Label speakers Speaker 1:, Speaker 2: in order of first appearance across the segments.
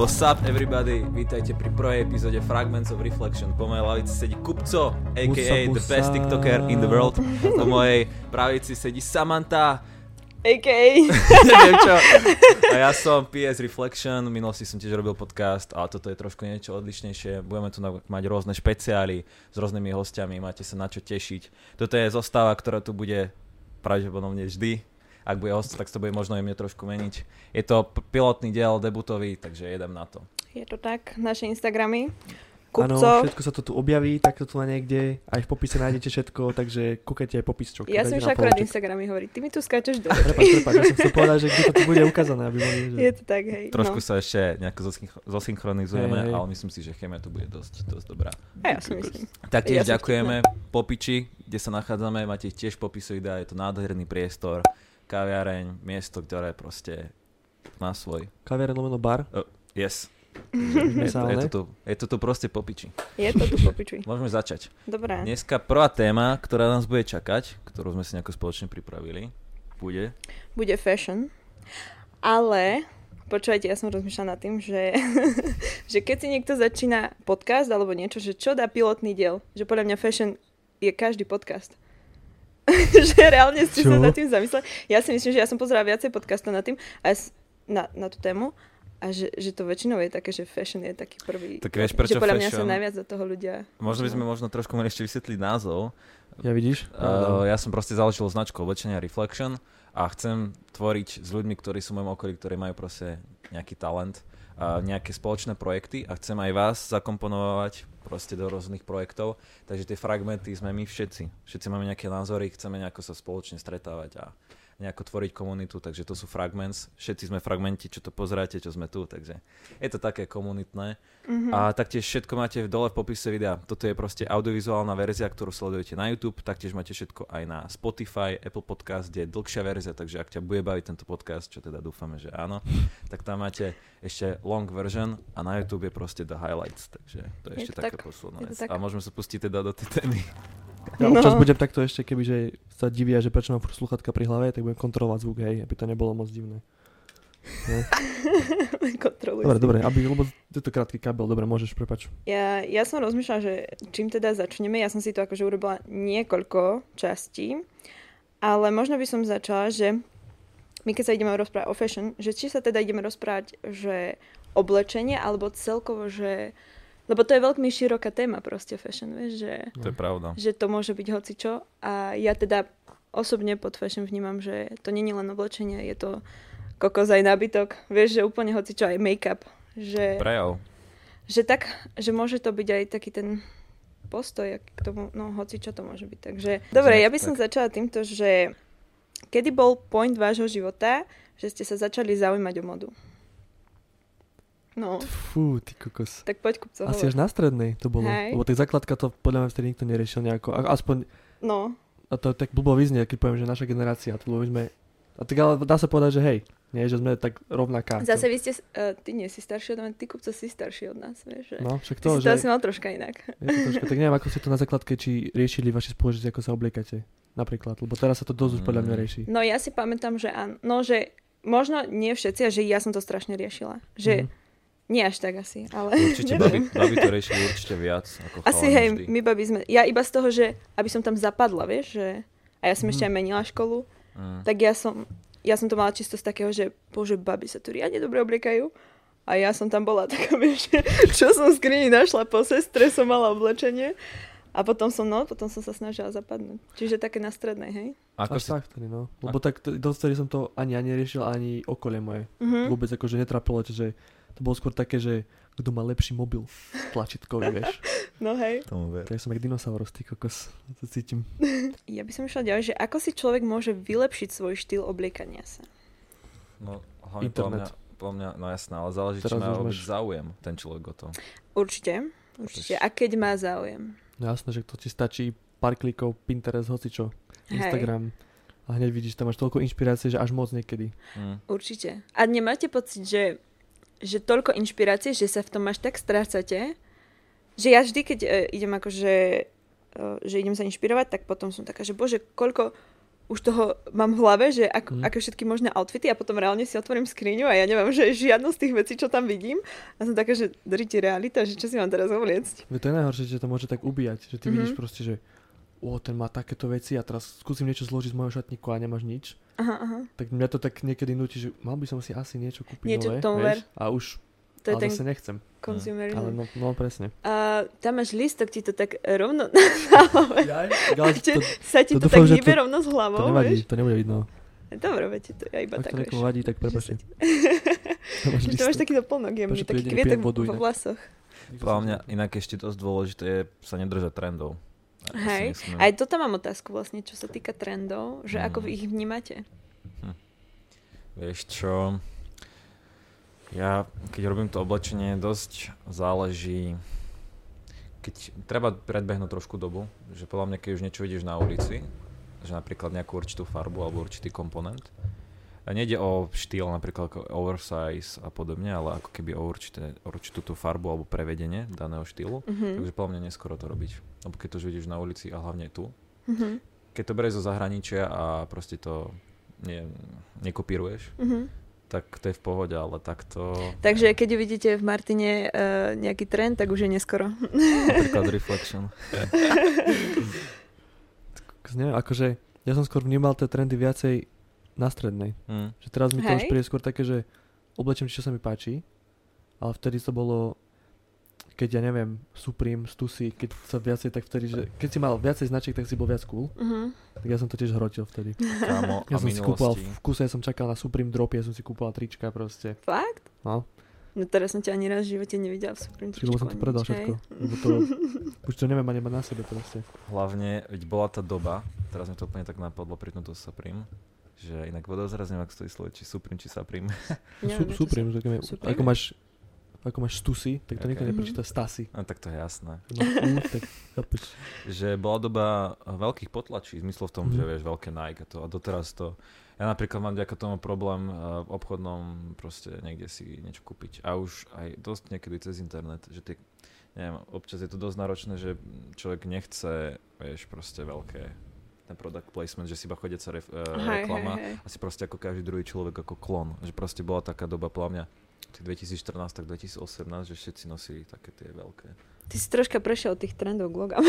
Speaker 1: What's up everybody, vítajte pri prvej epizóde Fragments of Reflection. Po mojej lavici sedí Kupco, a.k.a.
Speaker 2: Busa,
Speaker 1: the best
Speaker 2: busa.
Speaker 1: tiktoker in the world. Po mojej pravici sedí Samantha,
Speaker 3: AKA.
Speaker 1: neviem čo. A ja som PS Reflection, v minulosti som tiež robil podcast, ale toto je trošku niečo odlišnejšie. Budeme tu na- mať rôzne špeciály s rôznymi hostiami, máte sa na čo tešiť. Toto je zostáva, ktorá tu bude pravdepodobne vždy. Ak bude host, tak sa to bude možno jemne trošku meniť. Je to p- pilotný diel debutový, takže jedem na to.
Speaker 3: Je to tak, naše Instagramy.
Speaker 2: Áno,
Speaker 3: Kupco.
Speaker 2: všetko sa to tu objaví, tak to tu na niekde, aj v popise nájdete všetko, takže kúkajte aj popis, čo
Speaker 3: Ja
Speaker 2: dajte
Speaker 3: som už
Speaker 2: na
Speaker 3: akorát
Speaker 2: polček.
Speaker 3: Instagramy hovorí. Ty mi tu skáčeš do
Speaker 2: Prepač, prepač, ja som chcel povedať, že kde to tu bude ukázané, aby boli, že...
Speaker 3: Je to tak, hej.
Speaker 1: Trošku
Speaker 3: no.
Speaker 1: sa ešte nejako zosynch- zosynchronizujeme,
Speaker 2: Hej, hej.
Speaker 1: ale myslím si, že chemia tu bude dosť, dosť dobrá.
Speaker 3: A ja si myslím.
Speaker 1: Taktiež
Speaker 3: Ja som
Speaker 1: ďakujeme Popiči, kde sa nachádzame, máte ich tiež popisu idea, je to nádherný priestor, kaviareň, miesto, ktoré proste má svoj.
Speaker 2: Kaviareň lomeno bar,
Speaker 1: Yes. Je to, je, to
Speaker 2: mesálne.
Speaker 1: tu, je to tu proste popiči.
Speaker 3: Je to tu popičuj.
Speaker 1: Môžeme začať.
Speaker 3: Dobre.
Speaker 1: Dneska prvá téma, ktorá nás bude čakať, ktorú sme si nejako spoločne pripravili, bude...
Speaker 3: Bude fashion. Ale Počúvajte, ja som rozmýšľala nad tým, že, že keď si niekto začína podcast alebo niečo, že čo dá pilotný diel? Že podľa mňa fashion je každý podcast. že reálne ste
Speaker 2: Čo?
Speaker 3: sa nad tým zamysleli. Ja si myslím, že ja som pozerala viacej podcastov nad tým a ja s- na, na tú tému a že, že to väčšinou je také, že fashion je taký prvý.
Speaker 1: Tak vieš, prečo
Speaker 3: že podľa mňa sa
Speaker 1: fashion?
Speaker 3: najviac do toho ľudia...
Speaker 1: Možno by sme možno trošku mali ešte vysvetliť názov,
Speaker 2: Ja vidíš?
Speaker 1: Uh, ja som proste založil značku oblečenia Reflection a chcem tvoriť s ľuďmi, ktorí sú v mojom okolí, ktorí majú proste nejaký talent, uh, nejaké spoločné projekty a chcem aj vás zakomponovať proste do rôznych projektov. Takže tie fragmenty sme my všetci. Všetci máme nejaké názory, chceme nejako sa spoločne stretávať a nejako tvoriť komunitu, takže to sú fragments. Všetci sme fragmenti, čo to pozeráte, čo sme tu, takže je to také komunitné.
Speaker 3: Mhm.
Speaker 1: A taktiež všetko máte v dole v popise videa. Toto je proste audiovizuálna verzia, ktorú sledujete na YouTube, taktiež máte všetko aj na Spotify, Apple Podcast, kde je dlhšia verzia, takže ak ťa bude baviť tento podcast, čo teda dúfame, že áno, tak tam máte ešte long version a na YouTube je proste the highlights, takže to je
Speaker 3: Je
Speaker 1: ešte
Speaker 3: to
Speaker 1: taká
Speaker 3: tak.
Speaker 1: posledná
Speaker 3: Je to
Speaker 1: vec. A
Speaker 3: tak.
Speaker 1: môžeme sa pustiť teda do tej témy.
Speaker 2: Ja občas
Speaker 3: No.
Speaker 2: budem takto ešte, kebyže sa divia, že prečo mám furt sluchatka pri hlave, tak budem kontrolovať zvuk, hej, aby to nebolo moc divné. No.
Speaker 3: Kontroluj
Speaker 2: Dobre,
Speaker 3: si.
Speaker 2: dobre, aby, lebo je to krátky kabel, dobre, môžeš, prepač.
Speaker 3: Ja, ja som rozmýšľala, že čím teda začneme. Ja som si to akože urobila niekoľko častí, ale možno by som začala, že my keď sa ideme rozprávať o fashion, že či sa teda ideme rozprávať, že oblečenie, alebo celkovo, že... Lebo to je veľmi široká téma proste fashion, vieš, že,
Speaker 1: To je pravda.
Speaker 3: že to môže byť hocičo. A ja teda osobne pod fashion vnímam, že to není len oblečenie, je to kokos aj nábytok, vieš, že úplne hocičo, aj make-up. Že
Speaker 1: Prejav.
Speaker 3: že tak, že môže to byť aj taký ten postoj ak- k tomu, no hoci čo to môže byť. Takže, dobre, ja by som začala týmto, že kedy bol point vášho života, že ste sa začali zaujímať o modu? No,
Speaker 2: Fú, ty kokos.
Speaker 3: tak poď kupco,
Speaker 2: Asi až
Speaker 3: hovor.
Speaker 2: na strednej to bolo.
Speaker 3: Hej.
Speaker 2: Lebo tak základka to podľa mňa vtedy nikto neriešil nejako. A- Aspoň,
Speaker 3: No,
Speaker 2: a to tak blbo vyznie, keď poviem, že naša generácia, to bolo my sme... A tak ale dá sa povedať, že hej, nie, že sme tak rovnaká.
Speaker 3: zase vy ste, s- eh, ty nie si starší od nás, ty kupco si starší od nás, vieš, že?
Speaker 2: No, však
Speaker 3: to,
Speaker 2: to,
Speaker 3: ty si to asi
Speaker 2: že...
Speaker 3: mal troška inak.
Speaker 2: Je to trošku, tak neviem, ako ste to na základke, či riešili vaše spoločnosti, ako sa obliekate. Napríklad, lebo teraz sa to dosť už podľa mňa
Speaker 1: Mm.
Speaker 2: rieši.
Speaker 3: No ja si pamätám, že áno, no, že možno nie všetci, a že ja som to strašne riešila.
Speaker 2: Mhm.
Speaker 3: Že nie až tak asi, ale...
Speaker 1: Určite
Speaker 3: neviem.
Speaker 1: babi, babi to riešili určite viac ako
Speaker 3: Asi
Speaker 1: chalani
Speaker 3: hej,
Speaker 1: vždy.
Speaker 3: my babi sme, ja iba z toho, že aby som tam zapadla, vieš, že a ja som ešte aj menila školu,
Speaker 1: Mm.
Speaker 3: tak ja som, ja som to mala čisto z takého, že bože, babi sa tu riadne dobre obliekajú a ja som tam bola taká, vieš, že čo som v skrini našla po sestre, som mala oblečenie a potom som, no, potom som sa snažila zapadnúť. Čiže také na strednej, hej?
Speaker 1: Ako
Speaker 2: Až
Speaker 1: si,
Speaker 2: tak vtedy, no. Lebo tak t- dosť vtedy som to ani ja neriešil, ani okolie moje.
Speaker 3: Mhm.
Speaker 2: Vôbec akože netrapilo, že to bolo skôr také, že kto má lepší mobil tlačítkový, vieš.
Speaker 3: No hej.
Speaker 1: tomu ver.
Speaker 2: Tak som jak dinosaurus, ty kokos. To cítim.
Speaker 3: Ja by som išla ďalej, že ako si človek môže vylepšiť svoj štýl obliekania sa.
Speaker 1: No, hlavne
Speaker 2: Internet.
Speaker 1: Podľa mňa, podľa mňa, no jasná, ale záleží, či
Speaker 2: Teraz
Speaker 1: má
Speaker 2: už
Speaker 1: vôbec
Speaker 2: máš-
Speaker 1: záujem ten človek o to.
Speaker 3: Určite, určite. A keď má záujem.
Speaker 2: No jasné, že to ti stačí pár klikov, Pinterest, hocičo,
Speaker 3: Hej.
Speaker 2: Instagram. A hneď vidíš, tam máš toľko inšpirácie, že až moc niekedy.
Speaker 1: Mm.
Speaker 3: Určite. A nemáte pocit, že, že toľko inšpirácie, že sa v tom až tak strácate, že ja vždy, keď e, idem akože, e, že idem sa inšpirovať, tak potom som taká, že bože, koľko, už toho mám v hlave, že
Speaker 2: Mhm.
Speaker 3: ako, mm. aké všetky možné outfity a potom reálne si otvorím skriňu a ja nemám, že žiadnu z tých vecí, čo tam vidím. A som taká, že drite realita, že čo si mám teraz obliecť.
Speaker 2: Veď to je najhoršie, že to môže tak ubíjať, že ty
Speaker 3: Mhm.
Speaker 2: vidíš proste, že o, ten má takéto veci a teraz skúsim niečo zložiť z môjho šatníku a nemáš nič.
Speaker 3: Aha, aha.
Speaker 2: Tak mňa to tak niekedy nutí, že mal by som si asi niečo kúpiť
Speaker 3: Niečo
Speaker 2: nové,
Speaker 3: tomu
Speaker 2: vieš? A už,
Speaker 3: To je
Speaker 2: ale
Speaker 3: ten Mhm.
Speaker 2: zase nechcem. Ale
Speaker 3: consumerism.
Speaker 2: no, no presne.
Speaker 3: A tam máš listok, ti to tak rovno na hlave.
Speaker 2: Ja,
Speaker 3: Že
Speaker 2: to,
Speaker 3: sa ti
Speaker 2: to
Speaker 3: to,
Speaker 2: dúfam,
Speaker 3: tak
Speaker 2: že
Speaker 3: hýbe
Speaker 2: to-
Speaker 3: rovno s
Speaker 2: to
Speaker 3: hlavou,
Speaker 2: nevadí,
Speaker 3: vieš?
Speaker 2: to nebude vidno.
Speaker 3: Dobre, viete, to ja
Speaker 2: Ak
Speaker 3: iba tak,
Speaker 2: to niekomu
Speaker 3: vieš.
Speaker 2: vadí, tak
Speaker 3: Že
Speaker 2: prepáčte.
Speaker 3: sa ti-
Speaker 2: To máš
Speaker 3: Že to máš
Speaker 2: listok.
Speaker 3: takýto plnok jemný,
Speaker 2: Prečo tu
Speaker 3: taký
Speaker 2: jedine
Speaker 3: kvietok
Speaker 2: pijem vodu
Speaker 3: vo
Speaker 2: inak?
Speaker 3: vlasoch.
Speaker 1: Podľa mňa inak ešte dosť dôležité je sa nedržať trendov. Ja si
Speaker 3: Hej.
Speaker 1: myslím-
Speaker 3: Aj toto mám otázku vlastne, čo sa týka trendov, že
Speaker 1: Mm.
Speaker 3: ako vy ich vnímate.
Speaker 1: Vieš čo, ja keď robím to oblečenie, dosť záleží, keď treba predbehnúť trošku dobu, že podľa mňa, keď už niečo vidíš na ulici, že napríklad nejakú určitú farbu alebo určitý komponent, a nejde o štýl napríklad ako oversize a podobne, ale ako keby o určité, určitú tú farbu alebo prevedenie daného štýlu,
Speaker 3: Mhm.
Speaker 1: takže podľa mňa neskoro to robiť. Lebo keď to už vidíš na ulici a hlavne tu,
Speaker 3: Mhm.
Speaker 1: keď to berieš zo zahraničia a proste to ne, nekopíruješ,
Speaker 3: Mhm.
Speaker 1: tak to je v pohode, ale takto...
Speaker 3: Takže keď vidíte v Martine eh, nejaký trend, tak už je neskoro.
Speaker 1: Napríklad Reflection.
Speaker 2: Tak Neviem, akože ja som skôr vnímal tie trendy viacej na strednej.
Speaker 1: Mm.
Speaker 2: Že teraz mi to už
Speaker 3: Hej.
Speaker 2: príde skôr také, že oblečím, si, čo sa mi páči. Ale vtedy to bolo, keď ja neviem, Supreme, Stussy, keď sa viacej tak vtedy, že keď si mal viacej značiek, tak si bol viac cool.
Speaker 3: Mhm.
Speaker 2: Tak ja som to tiež hrotil vtedy.
Speaker 1: Kámo, a
Speaker 2: Ja som si kúpal,
Speaker 1: minulosti.
Speaker 2: v kuse som čakal na Supreme dropy, ja som si kúpal trička proste.
Speaker 3: Fakt?
Speaker 2: No,
Speaker 3: No teraz som ťa ani raz v živote nevidela v Supreme
Speaker 2: lebo som to
Speaker 3: tričku,
Speaker 2: predal
Speaker 3: nič, hej.
Speaker 2: všetko. Lebo to, už to neviem ani mať na sebe proste.
Speaker 1: Hlavne, veď bola tá doba, teraz mi to úplne tak napadlo, pritom to Supreme, že inak podozraz neviem, ak stojí slovo, či Supreme, či Supreme.
Speaker 2: Su-
Speaker 3: Neviem, čo
Speaker 2: Supreme, že keď-
Speaker 3: Supreme?
Speaker 2: ako máš, ako máš Stussy, tak to
Speaker 1: Ok.
Speaker 2: nikto
Speaker 1: Mhm.
Speaker 2: neprečíta Stasy.
Speaker 1: No tak to je jasné.
Speaker 2: Keď máš U, No, tak chápeš.
Speaker 1: Že bola doba veľkých potlačí, zmyslo v tom,
Speaker 2: Mhm.
Speaker 1: že vieš, veľké Nike a to a doteraz to... Ja napríklad mám vďaka tomu problém eh, v obchodnom proste niekde si niečo kúpiť. A už aj dosť niekedy cez internet, že tie, neviem, občas je to dosť náročné, že človek nechce, vieš, proste veľké ten product placement, že si iba chodia sa ref, eh,
Speaker 3: Hej,
Speaker 1: reklama
Speaker 3: hej, hej.
Speaker 1: asi proste ako každý druhý človek ako klon. Že proste bola taká doba, podľa mňa, tých 2014, tak 2018, že všetci nosili také tie veľké.
Speaker 3: Ty si troška prešiel od tých trendov k logám.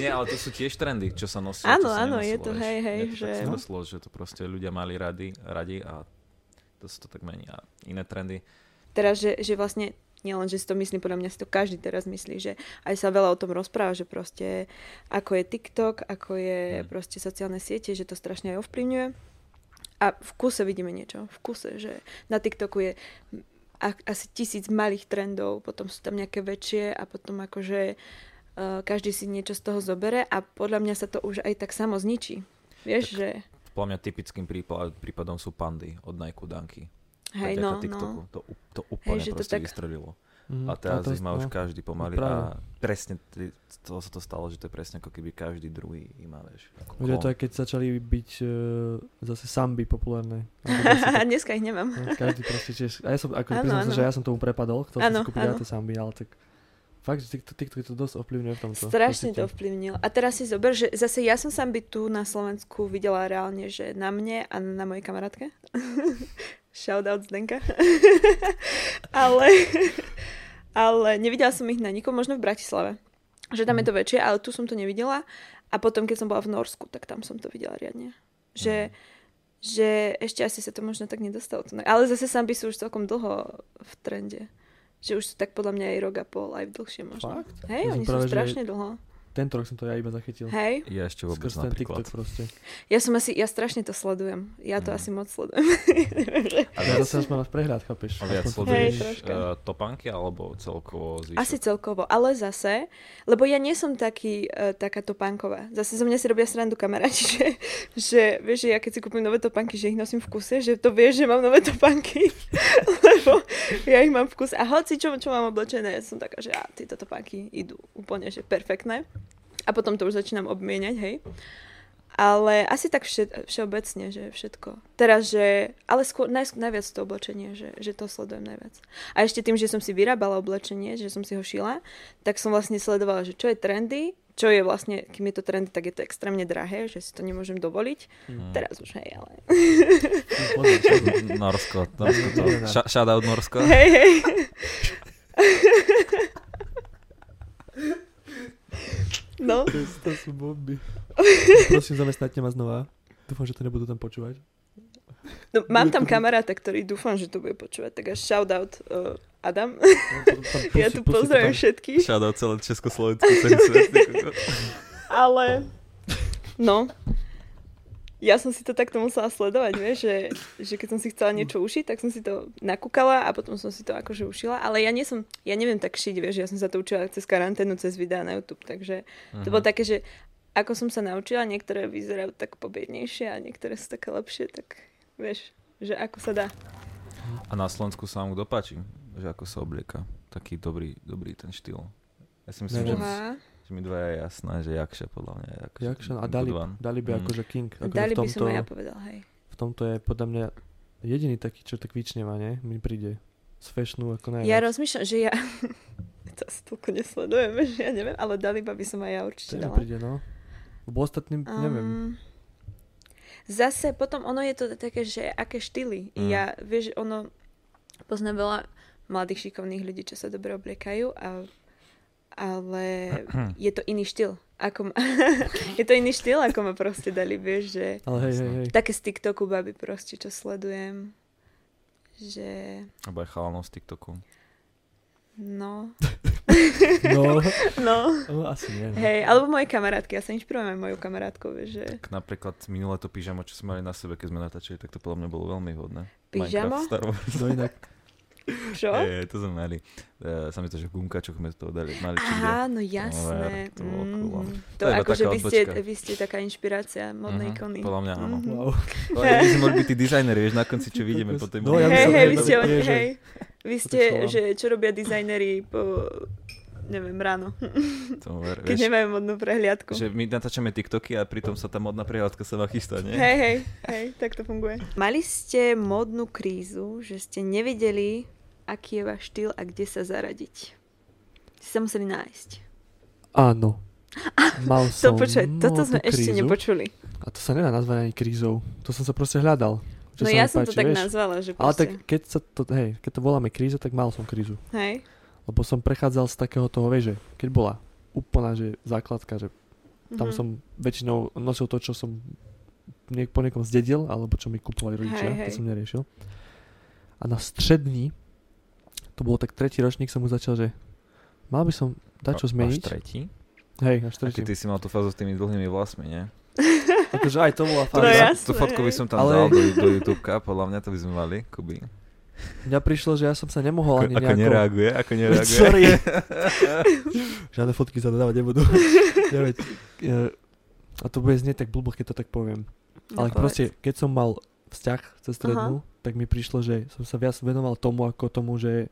Speaker 1: Nie, ale to sú tiež trendy, čo sa nosí.
Speaker 3: Áno,
Speaker 1: čo sa
Speaker 3: áno,
Speaker 1: nenosilo,
Speaker 3: je to,
Speaker 1: vieš.
Speaker 3: hej, hej,
Speaker 1: Mne to tak
Speaker 3: že- no.
Speaker 1: smyslo, že to proste ľudia mali rady, radi a to sa to tak mení. A iné trendy.
Speaker 3: teraz, že, že vlastne nielen, že si to myslí, podľa mňa si to každý teraz myslí, že aj sa veľa o tom rozpráva, že proste ako je TikTok, ako je
Speaker 1: Mm.
Speaker 3: proste sociálne siete, že to strašne aj ovplyvňuje. A v kuse vidíme niečo. V kuse, že na TikToku je a- asi tisíc malých trendov, potom sú tam nejaké väčšie a potom akože eh, každý si niečo z toho zobere a podľa mňa sa to už aj tak samo zničí. Vieš,
Speaker 1: Tak
Speaker 3: že...
Speaker 1: Podľa mňa typickým prípad, prípadom sú pandy od Nike Danky. Vďaka
Speaker 3: Hej, no,
Speaker 1: TikToku.
Speaker 3: no.
Speaker 1: To, ú- to úplne
Speaker 3: že to
Speaker 1: proste
Speaker 3: tak-
Speaker 1: vystrelilo.
Speaker 2: Mhm,
Speaker 1: A teraz
Speaker 2: to-
Speaker 1: ich má už
Speaker 2: no.
Speaker 1: každý pomaly. A
Speaker 2: Práve.
Speaker 1: presne t- to sa to stalo, že to je presne ako keby každý druhý ima, vieš. ako
Speaker 2: no. Že to
Speaker 1: klon.
Speaker 2: aj keď začali byť e, zase samby populárne.
Speaker 3: Dneska ich nemám.
Speaker 2: No, Každý proste tiež. A ja som, ako,
Speaker 3: Áno,
Speaker 2: priznám sa,
Speaker 3: áno.
Speaker 2: že ja som tomu prepadol, chcel som
Speaker 3: Áno,
Speaker 2: si kúpiť aj
Speaker 3: áno.
Speaker 2: tie samby, ale tak fakt, že TikTok, TikTok to dosť ovplyvňuje v tomto.
Speaker 3: Strašne
Speaker 2: určite.
Speaker 3: to ovplyvnil. A teraz si zober, že zase ja som sa by tu na Slovensku videla reálne, že na mne a na mojej kamarátke. Shoutout Zdenka. ale, ale nevidela som ich na nikom, možno v Bratislave. Že tam je
Speaker 2: Mhm.
Speaker 3: to väčšie, ale tu som to nevidela. A potom, keď som bola v Norsku, tak tam som to videla riadne.
Speaker 2: Mhm.
Speaker 3: Že, že ešte asi sa to možno tak nedostalo. tu na- Ale zase samby sú už celkom dlho v trende. Že už sú tak podľa mňa aj rok a pol, aj dlhšie možno.
Speaker 2: Fakt?
Speaker 3: Hej,
Speaker 2: Ja som
Speaker 3: oni sú
Speaker 2: práve, že-
Speaker 3: strašne dlho.
Speaker 2: Tento rok som to ja iba zachytil.
Speaker 3: Hej,
Speaker 1: Ja ešte vôbec
Speaker 2: Skrz ten
Speaker 1: napríklad.
Speaker 2: TikTok proste.
Speaker 3: ja som asi, ja strašne to sledujem. Ja to
Speaker 1: Mhm.
Speaker 3: asi moc sledujem. Neviem, že-
Speaker 1: A
Speaker 2: Ja
Speaker 1: viac-
Speaker 2: zase až mám prehľad, chápeš?
Speaker 1: A viac
Speaker 2: Aspoň to
Speaker 1: sleduješ
Speaker 2: vidíš.
Speaker 3: troška.
Speaker 1: uh, topanky alebo celkovo zvyšok?
Speaker 3: asi celkovo, ale zase, lebo ja nie som taký, e, taká topánková. Zase zo mňa si robia srandu kamaráti, že, že vieš, že ja keď si kúpim nové topánky, že ich nosím v kuse, že to vieš, že mám nové topánky, lebo ja ich mám v kuse. A hoci čo, čo mám oblečené, ja som taká, že á, tieto topánky idú úplne, že perfektné. A potom to už začínam obmieniať, hej. Ale asi tak vše, všeobecne, že všetko. Teraz, že... Ale skôr, naj, najviac to oblečenie, že, že to sledujem najviac. A ešte tým, že som si vyrábala oblečenie, že som si ho šila, tak som vlastne sledovala, že čo je trendy, čo je vlastne, kým je to trend, tak je to extrémne drahé, že si to nemôžem dovoliť.
Speaker 1: Hmm.
Speaker 3: Mm. Teraz už, hej, ale...
Speaker 1: Norsko, Norsko to. Ša- Shoutout Norsko.
Speaker 3: Hej, hej. No,
Speaker 2: To, sú- to sú bomby. Prosím, zamestnajte ma znova. Dúfam, že to nebudú tam počúvať.
Speaker 3: no mám tam kamaráta, ktorý dúfam, že to bude počúvať, tak až shoutout uh, Adam. Ja tu pozdravím všetkých,
Speaker 1: Shoutout celé Československo, celý svet. ty kokos.
Speaker 3: ale... No, ja som si to takto musela sledovať, vieš, že, že keď som si chcela niečo ušiť, tak som si to nakúkala a potom som si to akože ušila, ale ja nie som, ja neviem tak šiť, vieš, ja som sa to učila cez karanténu, cez videá na YouTube, takže To
Speaker 1: Mhm.
Speaker 3: bolo
Speaker 2: Mhm.
Speaker 3: také, že ako som sa naučila, niektoré vyzerajú tak pobiednejšie a niektoré sú také lepšie, tak vieš, že ako sa dá.
Speaker 1: A na Slovensku sa mu dopáči, že ako sa oblieka. Taký dobrý, dobrý ten štýl. Ja si myslím, že,
Speaker 2: Neviem.
Speaker 1: mi- že mi dva je jasné, že Jakša podľa mňa je akože
Speaker 2: Jakšan a
Speaker 1: good
Speaker 2: Dalib.
Speaker 1: one.
Speaker 2: Dalib je
Speaker 1: Mm.
Speaker 2: akože king. Akože
Speaker 3: Dali
Speaker 2: v tomto,
Speaker 3: by som aj ja povedal, hej.
Speaker 2: V tomto je podľa mňa jediný taký, čo tak vyčneva, nie? Mi príde. Z fashionu ako najviac.
Speaker 3: Ja rozmýšľam, že ja... to asi toľko nesledujeme, že ja neviem, ale Daliba by som aj ja určite
Speaker 2: To mi
Speaker 3: dala.
Speaker 2: príde, no. Lebo ostatným, neviem.
Speaker 3: Um, Zase potom ono je to také, že aké štýly. Mm.
Speaker 1: Mm.
Speaker 3: Ja, vieš, ono poznám veľa mladých šikovných ľudí, čo sa dobre obliekajú, a, ale je to iný štýl. Ako ma, je to iný štýl, ako ma proste dali, vieš, že
Speaker 2: Ale hej, hej, hej.
Speaker 3: také z TikToku baby proste, čo sledujem, že
Speaker 1: Alebo aj chalanov z TikToku.
Speaker 3: no,
Speaker 2: No,
Speaker 3: no,
Speaker 2: no, asi nie. no.
Speaker 3: hej, alebo moje kamarátky, ja sa inšpirujem aj mojou kamarátkou, vieš, že
Speaker 1: Tak napríklad minulé to pyžamo, čo sme mali na sebe, keď sme natáčali, tak to podľa mňa bolo veľmi hodné.
Speaker 3: pyžamo,
Speaker 1: Minecraft, Star Wars.
Speaker 2: No inak,
Speaker 3: čo?
Speaker 1: Je, to sme mali. E, sa mi to, že gumka, čo sme z toho dali, mali či kde.
Speaker 3: Aha, no jasné.
Speaker 1: ver, to bolo cool, áno.
Speaker 3: to
Speaker 1: To je iba
Speaker 3: akože
Speaker 1: taká
Speaker 3: vy ste,
Speaker 1: odbočka.
Speaker 3: vy ste taká inšpirácia
Speaker 1: Mhm,
Speaker 3: modnej ikony.
Speaker 1: Podľa mňa áno.
Speaker 3: Mhm.
Speaker 2: wow.
Speaker 1: Ale my sme mohli byť tí dizajneri, vieš, na konci, čo vidíme po tej
Speaker 2: No, ja by
Speaker 3: hej,
Speaker 2: som
Speaker 3: hej,
Speaker 2: to
Speaker 3: vy ste,
Speaker 2: vedel,
Speaker 3: oni,
Speaker 2: že-
Speaker 3: hej, vy
Speaker 2: to
Speaker 3: ste,
Speaker 2: tak volám.
Speaker 3: že čo robia dizajneri po, neviem, ráno,
Speaker 1: Tomu ver,
Speaker 3: keď
Speaker 1: vieš,
Speaker 3: nemajú modnú prehliadku.
Speaker 1: že my natáčame TikToky a pritom sa tá modná prehľadka sa vám chystá, nie?
Speaker 3: Hej, hej, hej, tak to funguje. Mali ste modnú krízu, že ste nevedeli, aký je váš štýl a kde sa zaradiť. Ste sa museli nájsť.
Speaker 2: Áno. Mal
Speaker 3: To,
Speaker 2: som
Speaker 3: počuj, toto
Speaker 2: modnú
Speaker 3: sme ešte
Speaker 2: krízu.
Speaker 3: nepočuli.
Speaker 2: A to sa nedá nazvať ani krízou. To som sa proste hľadal. Čo
Speaker 3: No
Speaker 2: sa
Speaker 3: ja
Speaker 2: mi
Speaker 3: som to
Speaker 2: páči,
Speaker 3: tak
Speaker 2: vieš?
Speaker 3: nazvala, že
Speaker 2: Ale tak
Speaker 3: proste,
Speaker 2: keď sa to, hej, keď to voláme kríza, tak mal som krízu.
Speaker 3: hej.
Speaker 2: Lebo som prechádzal z takého toho, vieš, že keď bola úplná, že základka, že tam
Speaker 3: Mhm.
Speaker 2: som väčšinou nosil to, čo som niek- po niekom zdedil, alebo čo mi kupovali rodičia, hej,
Speaker 3: Hej,
Speaker 2: hej.
Speaker 3: hej.
Speaker 2: to som neriešil. A na strední, to bolo tak tretí ročník, som už začal, že mal by som dať čo
Speaker 1: A-
Speaker 2: zmeniť.
Speaker 1: Až tretí?
Speaker 2: hej, až
Speaker 1: A keď
Speaker 2: tretí.
Speaker 1: ty si mal tú fázu s tými dlhými vlasmi, nie?
Speaker 2: Akože aj to bola
Speaker 3: No
Speaker 1: Tú-
Speaker 2: fáza.
Speaker 3: ja-
Speaker 1: Tú
Speaker 3: jasné,
Speaker 1: fotku by
Speaker 3: hej.
Speaker 1: som tam
Speaker 2: Ale-
Speaker 1: dal do, do YouTubeka, podľa mňa to by sme mali, Kuby.
Speaker 2: Mňa prišlo, že ja som sa nemohol
Speaker 1: Ako,
Speaker 2: ani
Speaker 1: ako
Speaker 2: nejako...
Speaker 1: nereaguje, ako nereaguje.
Speaker 2: Sorry. Žiadne fotky sa dodávať nebudú. ja, veď, e, a to bude znieť tak blbo, keď to tak poviem.
Speaker 3: No
Speaker 2: Ale
Speaker 3: povedz.
Speaker 2: proste, keď som mal vzťah cez strednú, tak mi prišlo, že som sa viac venoval tomu, ako tomu, že...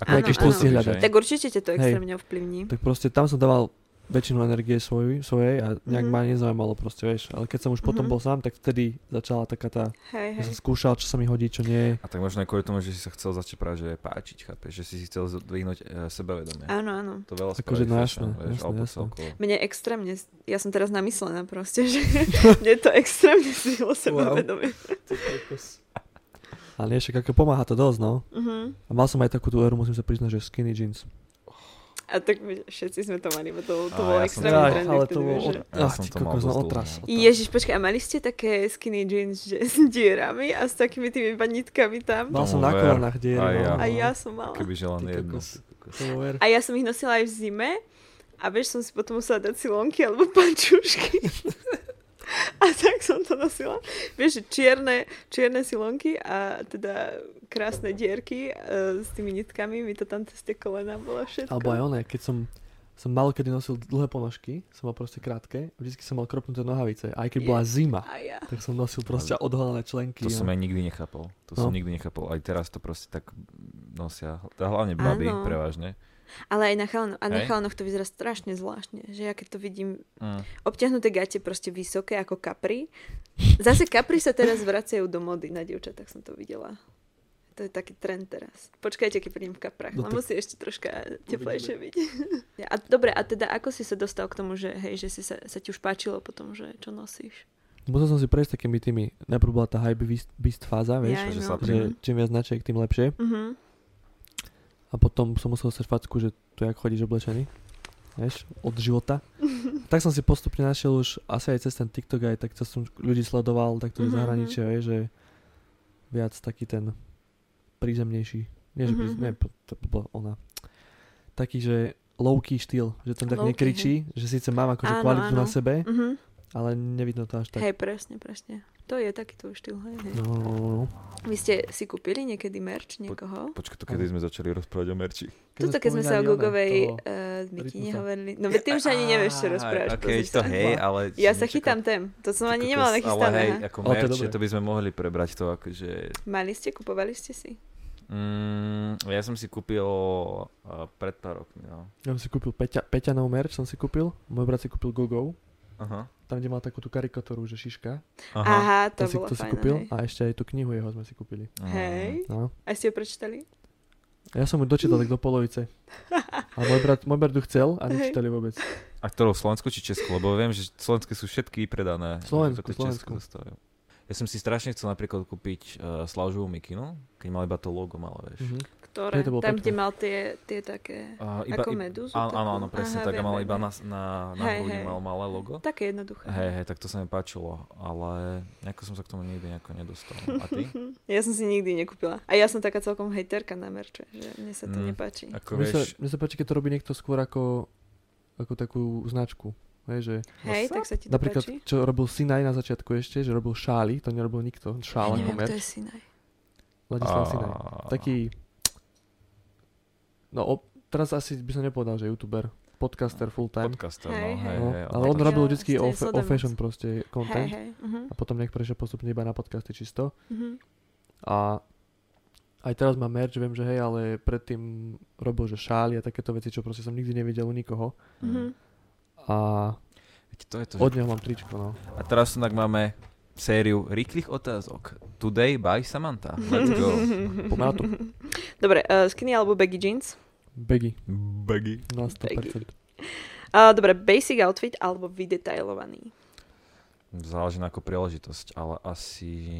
Speaker 1: Ako
Speaker 3: Áno,
Speaker 1: aký štýl
Speaker 3: áno.
Speaker 1: si hľadať.
Speaker 3: Tak určite ťa to
Speaker 2: Hej.
Speaker 3: extrémne ovplyvní.
Speaker 2: Tak proste tam som dával väčšinu energie svoj, svojej a nejak
Speaker 3: Mhm.
Speaker 2: ma nezaujímalo proste, vieš. Ale keď som už potom
Speaker 3: Mhm.
Speaker 2: bol sám, tak vtedy začala taká tá...
Speaker 3: Hej,
Speaker 2: Ja
Speaker 3: hej.
Speaker 2: som skúšal, čo sa mi hodí, čo nie.
Speaker 1: A tak možno aj kvôli tomu, že si sa chcel začať práve že páčiť, chápeš? Že si si chcel zdvihnúť e, sebavedomie.
Speaker 3: Áno, áno.
Speaker 1: To veľa
Speaker 2: Akože
Speaker 1: spraví
Speaker 2: no
Speaker 1: fashion,
Speaker 2: jasné,
Speaker 1: vieš,
Speaker 2: jasné,
Speaker 1: alebo
Speaker 2: jasné.
Speaker 1: celkovo.
Speaker 3: Mne extrémne, ja som teraz namyslená proste, že mne to extrémne zvýhlo sebavedomie.
Speaker 2: Ale nie, však ako pomáha to dosť, no.
Speaker 3: Mhm.
Speaker 2: A mal som aj takú tú éru, musím sa priznať, že skinny jeans.
Speaker 3: A tak my všetci sme to mali, bo to, to
Speaker 1: Á,
Speaker 3: bolo
Speaker 1: ja som-
Speaker 3: extrémne
Speaker 1: Aj,
Speaker 3: trendy
Speaker 2: ale
Speaker 3: vtedy,
Speaker 2: to bolo...
Speaker 3: vieš,
Speaker 2: Od...
Speaker 3: že-
Speaker 1: Ja
Speaker 2: Ach,
Speaker 1: som
Speaker 2: ty
Speaker 1: to mal
Speaker 2: kokos,
Speaker 1: dosť
Speaker 2: no
Speaker 1: dlho,
Speaker 2: otras.
Speaker 1: no.
Speaker 2: otras.
Speaker 3: Ježiš, počkaj, a mali ste také skinny jeans, že s dierami a s takými tými banítkami tam?
Speaker 2: Mal som na
Speaker 1: Dover.
Speaker 2: kolenách diery.
Speaker 1: Aj
Speaker 2: no,
Speaker 1: ja.
Speaker 2: no.
Speaker 3: A ja som mala.
Speaker 1: Keby želal
Speaker 2: Ty
Speaker 1: jednu.
Speaker 2: kokos. Dover.
Speaker 3: A ja som ich nosila aj v zime a vieš, som si potom musela dať silonky alebo pančušky. A tak som to nosila. Vieš, že čierne, čierne silonky a teda krásne dierky e, s tými nitkami, mi to tam cez tie kolena bolo všetko.
Speaker 2: Alebo aj oné, keď som, som malo kedy nosil dlhé ponožky, som mal proste krátke, vždycky som mal kropnuté nohavice, aj keď bola zima,
Speaker 3: A ja.
Speaker 2: tak som nosil proste odhalené členky.
Speaker 1: To
Speaker 2: no.
Speaker 1: som
Speaker 2: a-
Speaker 1: ja nikdy nechápal. To
Speaker 2: No.
Speaker 1: som nikdy nechápal. Aj teraz to proste tak nosia. Tá Hlavne baby,
Speaker 3: Áno.
Speaker 1: prevažne.
Speaker 3: Ale aj na chalanoch, a na
Speaker 1: Hej.
Speaker 3: chalanoch to vyzerá strašne zvláštne, že ja keď to vidím,
Speaker 1: Mm.
Speaker 3: obťahnuté gate proste vysoké ako kapri. Zase kapri sa teraz vracajú do mody, na dievčatách som to videla. To je taký trend teraz. Počkajte, keď prídem v kaprách.
Speaker 2: No
Speaker 3: No,
Speaker 2: tak-
Speaker 3: musí ešte troška teplejšie byť. Ja, a dobre, a teda ako si sa dostal k tomu, že hej, že si sa, sa ti už páčilo potom, že čo nosíš?
Speaker 2: Musel som si prejsť takými tými, najprv bola tá hype beast, beast fáza,
Speaker 1: Ja,
Speaker 2: vieš,
Speaker 1: Mhm. že sa
Speaker 2: že čím viac značiek, tým lepšie.
Speaker 3: Mhm.
Speaker 2: A potom som musel sa facku, že to jak chodíš oblečený, vieš, od života. tak som si postupne našiel už asi aj cez ten TikTok, aj tak čo som ľudí sledoval, tak to
Speaker 3: Mhm,
Speaker 2: je zahraničia, vieš, že viac taký ten prízemnejší. Nie, že
Speaker 3: Mhm,
Speaker 2: prízem,
Speaker 3: mhm.
Speaker 2: nie, po- to bola ona. Taký, že low-key štýl, že ten tak
Speaker 3: Low-key,
Speaker 2: nekričí, že síce mám akože
Speaker 3: Áno,
Speaker 2: kvalitu na
Speaker 3: áno.
Speaker 2: sebe,
Speaker 3: Mhm.
Speaker 2: ale nevidno to až tak.
Speaker 3: Hej, presne, presne. To je takýto štýl, hej, hej.
Speaker 2: No, no, no, no.
Speaker 3: Vy ste si kúpili niekedy merch niekoho?
Speaker 1: Počkaj, to kedy sme začali rozprávať o merči.
Speaker 3: Tuto, keď sme sa
Speaker 2: spomínali,
Speaker 3: o Gogovej
Speaker 2: ono, to-
Speaker 3: uh, bikini
Speaker 2: rytmusa.
Speaker 3: hovorili. No veď ty už ani nevieš, čo rozprávaš.
Speaker 1: Okay,
Speaker 3: pozri
Speaker 1: to
Speaker 3: sa.
Speaker 1: hej, ale...
Speaker 3: Ja
Speaker 1: som
Speaker 3: sa
Speaker 1: nečakal-
Speaker 3: chytám tém. To som
Speaker 1: Ty
Speaker 3: ani
Speaker 1: kokos,
Speaker 3: nemala
Speaker 1: Ale hej,
Speaker 3: nachystané. ha.
Speaker 1: ako
Speaker 2: Ale to je
Speaker 1: merč,
Speaker 2: dobré.
Speaker 1: to by sme mohli prebrať to akože...
Speaker 3: Mali ste, kupovali ste si?
Speaker 1: Mm, ja som si kúpil uh, pred pár rokmi, no.
Speaker 2: Ja som si kúpil Peťa, Peťanov merch, som si kúpil. Môj brat si kúpil Gogov,
Speaker 1: Aha.
Speaker 2: tam, kde mal takú tú karikatúru, že šiška.
Speaker 1: Aha.
Speaker 3: Aha,
Speaker 2: To,
Speaker 3: to
Speaker 2: si,
Speaker 3: bolo
Speaker 2: to si
Speaker 3: fajn.
Speaker 2: kúpil
Speaker 3: Hej.
Speaker 2: a ešte aj tú knihu jeho sme si kúpili.
Speaker 3: hej.
Speaker 2: No.
Speaker 3: A ste ju prečítali?
Speaker 2: Ja som ju dočítal tak do polovice. A môj brat, môj brat ju chcel a nečítali vôbec.
Speaker 1: A ktorou Slovensko či Česko? Lebo viem, že slovenské sú všetky predané.
Speaker 2: Slovensku, Slovensku.
Speaker 1: dostávajú. Ja som si strašne chcel napríklad kúpiť uh, Slážovú mikinu, keď mal iba to logo, malo, vieš.
Speaker 2: Mhm.
Speaker 3: Ktoré?
Speaker 2: Hej, to bolo
Speaker 3: Tam,
Speaker 2: pekné.
Speaker 3: kde mal tie, tie také...
Speaker 1: Uh,
Speaker 3: Ako
Speaker 1: i-
Speaker 3: medúzu
Speaker 1: Áno, áno,
Speaker 3: takú?
Speaker 1: áno, presne
Speaker 3: Aha,
Speaker 1: tak. A
Speaker 3: viem,
Speaker 1: mal
Speaker 3: viem,
Speaker 1: iba
Speaker 3: viem.
Speaker 1: na, na, na
Speaker 3: Hej,
Speaker 1: hrudi
Speaker 3: hej.
Speaker 1: mal malé logo.
Speaker 3: Také jednoduché.
Speaker 1: Hej, hej, tak to sa mi páčilo, ale nejako som sa k tomu nikdy nejako nedostal. A ty?
Speaker 3: Ja som si nikdy nekúpila. A ja som taká celkom hejterka na merče, že mne sa to
Speaker 1: Mm.
Speaker 3: nepáči.
Speaker 1: Ako
Speaker 2: Mne, sa,
Speaker 1: vieš,
Speaker 2: mne sa páči, keď to robí niekto skôr ako, ako takú značku. Hej, že vlastne
Speaker 3: Hej, tak sa ti to
Speaker 2: napríklad,
Speaker 3: páči?
Speaker 2: čo robil Sinaj na začiatku ešte, že robil šály, to nerobil nikto,
Speaker 3: Ja
Speaker 2: šál ako
Speaker 3: neviem, kto
Speaker 2: merch.
Speaker 3: je Sinaj.
Speaker 2: Ladislav Sinaj.
Speaker 1: a-
Speaker 2: Taký... No, o, teraz asi by som nepovedal, že youtuber, podcaster full time.
Speaker 1: podcaster, no,
Speaker 3: Hej, hej.
Speaker 1: hej,
Speaker 2: No,
Speaker 1: hej.
Speaker 2: ale on
Speaker 3: tak-
Speaker 2: robil
Speaker 3: Ja
Speaker 2: vždycky
Speaker 3: to
Speaker 2: o,
Speaker 3: je
Speaker 2: fa- o
Speaker 3: sledujem
Speaker 2: fashion proste
Speaker 3: Hej,
Speaker 2: content
Speaker 3: hej. mhm,
Speaker 2: a potom nech prešiel postupne iba na podcasty čisto.
Speaker 1: Mm.
Speaker 3: mhm.
Speaker 2: A aj teraz má merch, viem, že hej, ale predtým robil, že šály a takéto veci, čo proste som nikdy nevidel u nikoho.
Speaker 3: Mhm.
Speaker 1: Mm.
Speaker 2: A
Speaker 1: Veď To je to, že
Speaker 2: od neho mám tričko, no.
Speaker 1: A teraz tak máme sériu rýchlych otázok. Today by Samantha. Let's go.
Speaker 2: Má to
Speaker 3: Dobre, uh, skinny alebo baggy jeans?
Speaker 2: baggy
Speaker 1: Baggy.
Speaker 2: na 100%.
Speaker 3: Uh, dobre, basic outfit alebo vydetailovaný?
Speaker 1: Záleží na ako príležitosť, ale asi,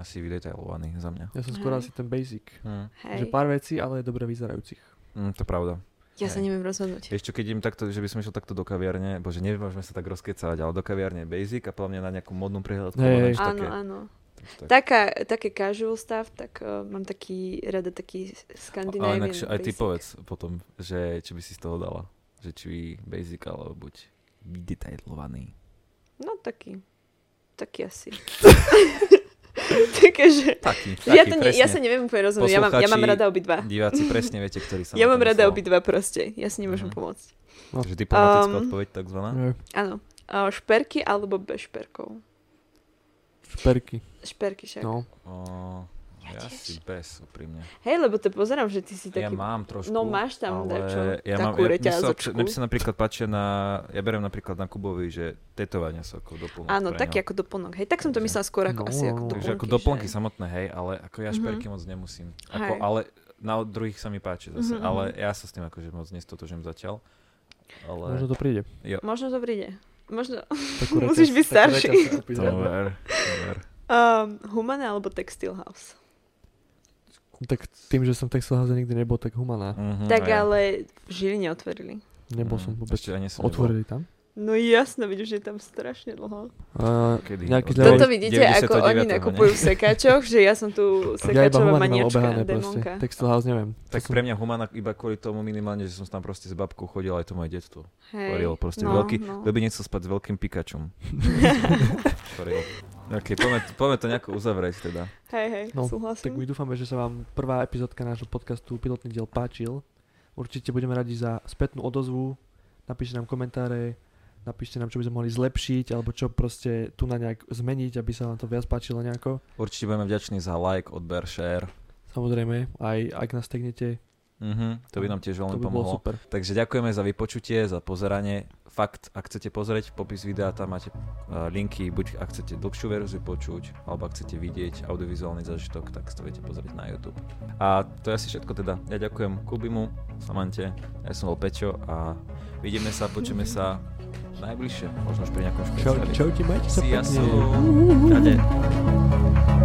Speaker 1: asi vydetailovaný za mňa.
Speaker 2: Ja som skôr
Speaker 3: Hej.
Speaker 2: asi ten basic.
Speaker 1: Hm.
Speaker 2: Že
Speaker 3: Hej.
Speaker 2: pár vecí, ale dobre vyzerajúcich.
Speaker 1: Hm, to je pravda.
Speaker 3: Ja sa
Speaker 1: Hej.
Speaker 3: neviem rozhodnúť.
Speaker 1: Ešte keď idem takto, že by som išiel takto do kaviarne, bože, nemôžeme sa tak rozkecať, ale do kaviarne je basic a podľa mňa na nejakú modnú prehľadku.
Speaker 2: Hej,
Speaker 1: alebo
Speaker 2: hej.
Speaker 1: niečo
Speaker 3: Áno,
Speaker 1: také.
Speaker 3: áno.
Speaker 1: Takže tak.
Speaker 3: Taká, také casual stuff, tak uh, mám taký, rada taký
Speaker 1: Ale
Speaker 3: Scandinavian
Speaker 1: inak, že aj ty
Speaker 3: basic.
Speaker 1: povedz potom, že či by si z toho dala. Že či basic, alebo buď detailovaný.
Speaker 3: No taký, taký asi. Také, že...
Speaker 1: Taký, taký,
Speaker 3: ja, to ne, ja
Speaker 1: presne.
Speaker 3: sa neviem úplne rozhodnúť, ja mám, ja mám
Speaker 1: Poslucháči-
Speaker 3: rada obidva.
Speaker 1: Diváci presne viete, ktorý sa
Speaker 3: Ja
Speaker 1: na
Speaker 3: mám
Speaker 1: to
Speaker 3: rada
Speaker 1: myslel.
Speaker 3: obidva proste, ja si nemôžem
Speaker 1: Mhm.
Speaker 3: pomôcť.
Speaker 1: Takže diplomatická
Speaker 3: Um,
Speaker 1: odpoveď takzvaná.
Speaker 2: Hej,
Speaker 3: Áno. Uh, šperky alebo bez šperkov?
Speaker 2: Šperky,
Speaker 3: Šperky však.
Speaker 2: no.
Speaker 1: O, ja,
Speaker 3: Ja tiež.
Speaker 1: si bez, úprimne.
Speaker 3: Hej, lebo to pozerám, že ty si
Speaker 1: Ja
Speaker 3: taký...
Speaker 1: mám trošku.
Speaker 3: no máš tam dačo,
Speaker 1: ja mám, ja, mne
Speaker 3: takú
Speaker 1: sa
Speaker 3: reťazočku.
Speaker 1: obč- mne sa napríklad páčia na, ja berem napríklad na Kubovi, že tetovania sú ako doplnok.
Speaker 3: Áno,
Speaker 1: pre ňo.
Speaker 3: taký ako doplnok. Hej, tak som to
Speaker 1: Takže-
Speaker 3: myslela skôr ako,
Speaker 2: No,
Speaker 3: asi ako
Speaker 2: no, no.
Speaker 3: doplnky.
Speaker 1: Takže ako doplnky
Speaker 3: že-
Speaker 1: samotné, hej, ale ako ja
Speaker 3: Mhm.
Speaker 1: šperky moc nemusím. Ako,
Speaker 3: Hej.
Speaker 1: ale na druhých sa mi páči zase,
Speaker 3: Mhm,
Speaker 1: ale
Speaker 3: mhm.
Speaker 1: ja sa s tým akože moc nestotožujem zatiaľ. Ale...
Speaker 2: Možno to príde.
Speaker 3: Možno to príde. Možno...
Speaker 2: Takú
Speaker 3: Musíš byť
Speaker 2: takú
Speaker 3: starší.
Speaker 2: reťaz si kúpiť
Speaker 1: to
Speaker 2: rada.
Speaker 1: ver, to ver.
Speaker 3: Um, humana alebo Textile House.
Speaker 2: Tak tým, že som Texas House nikdy nebol, tak humaná.
Speaker 1: Mhm, a
Speaker 3: tak
Speaker 1: ja-
Speaker 3: ale v Žiline otvorili.
Speaker 2: Nebol
Speaker 1: Mhm,
Speaker 2: som vôbec.
Speaker 1: Ešte ani som nebol.
Speaker 2: Otvorili tam?
Speaker 3: No jasno, vidíš, že je tam strašne dlho.
Speaker 2: Uh,
Speaker 1: Kedy?
Speaker 2: Nejaký
Speaker 1: Od
Speaker 2: Ja
Speaker 3: Toto
Speaker 2: aj-
Speaker 3: vidíte, ako
Speaker 1: 99.,
Speaker 3: oni
Speaker 1: ne?
Speaker 3: nakupujú v sekáčoch, že ja som tu
Speaker 2: ja iba
Speaker 3: sekáčová
Speaker 2: humany mám
Speaker 3: maniačka,
Speaker 2: obehané proste.
Speaker 3: démonka.
Speaker 2: Textile House neviem. To
Speaker 1: Tak
Speaker 2: som-
Speaker 1: pre mňa humana iba kvôli tomu minimálne, že som tam proste s babkou chodil aj to moje detstvo.
Speaker 3: Hej,
Speaker 1: Choril proste
Speaker 3: no,
Speaker 1: veľký,
Speaker 3: no.
Speaker 1: lebo nechcel spať s veľkým pikačom. Choril. Ok, poďme, poďme to nejako uzavrieť teda.
Speaker 3: Hej, hej,
Speaker 2: No, Tak my
Speaker 3: súhlasím.
Speaker 2: dúfame, že sa vám prvá epizódka nášho podcastu Pilotný diel páčil. Určite budeme radi za spätnú odozvu. Napíšte nám komentáre, napíšte nám, čo by sme mohli zlepšiť, alebo čo proste tu na nejak zmeniť, aby sa vám to viac páčilo nejako.
Speaker 1: Určite budeme vďační za like, odber, share.
Speaker 2: Samozrejme, aj ak nás tegnete
Speaker 1: Mhm, to by nám tiež
Speaker 2: To
Speaker 1: veľmi
Speaker 2: by bolo
Speaker 1: pomohlo.
Speaker 2: super.
Speaker 1: Takže ďakujeme za vypočutie, za pozeranie. Fakt, ak chcete pozrieť popis videa, tam máte eh, linky, buď ak chcete dlhšiu verziu počuť, alebo ak chcete vidieť audiovizuálny zážitok, tak si to viete pozrieť na YouTube. A to je asi všetko teda. Ja ďakujem Kubimu, Samante, ja som bol Peťo a vidíme sa, počujeme sa najbližšie, možno už pri nejakom
Speaker 2: Čau,
Speaker 1: špeciáli.
Speaker 2: čau ti, majte sa
Speaker 1: See ya
Speaker 2: pekne.
Speaker 1: soon. Čaute.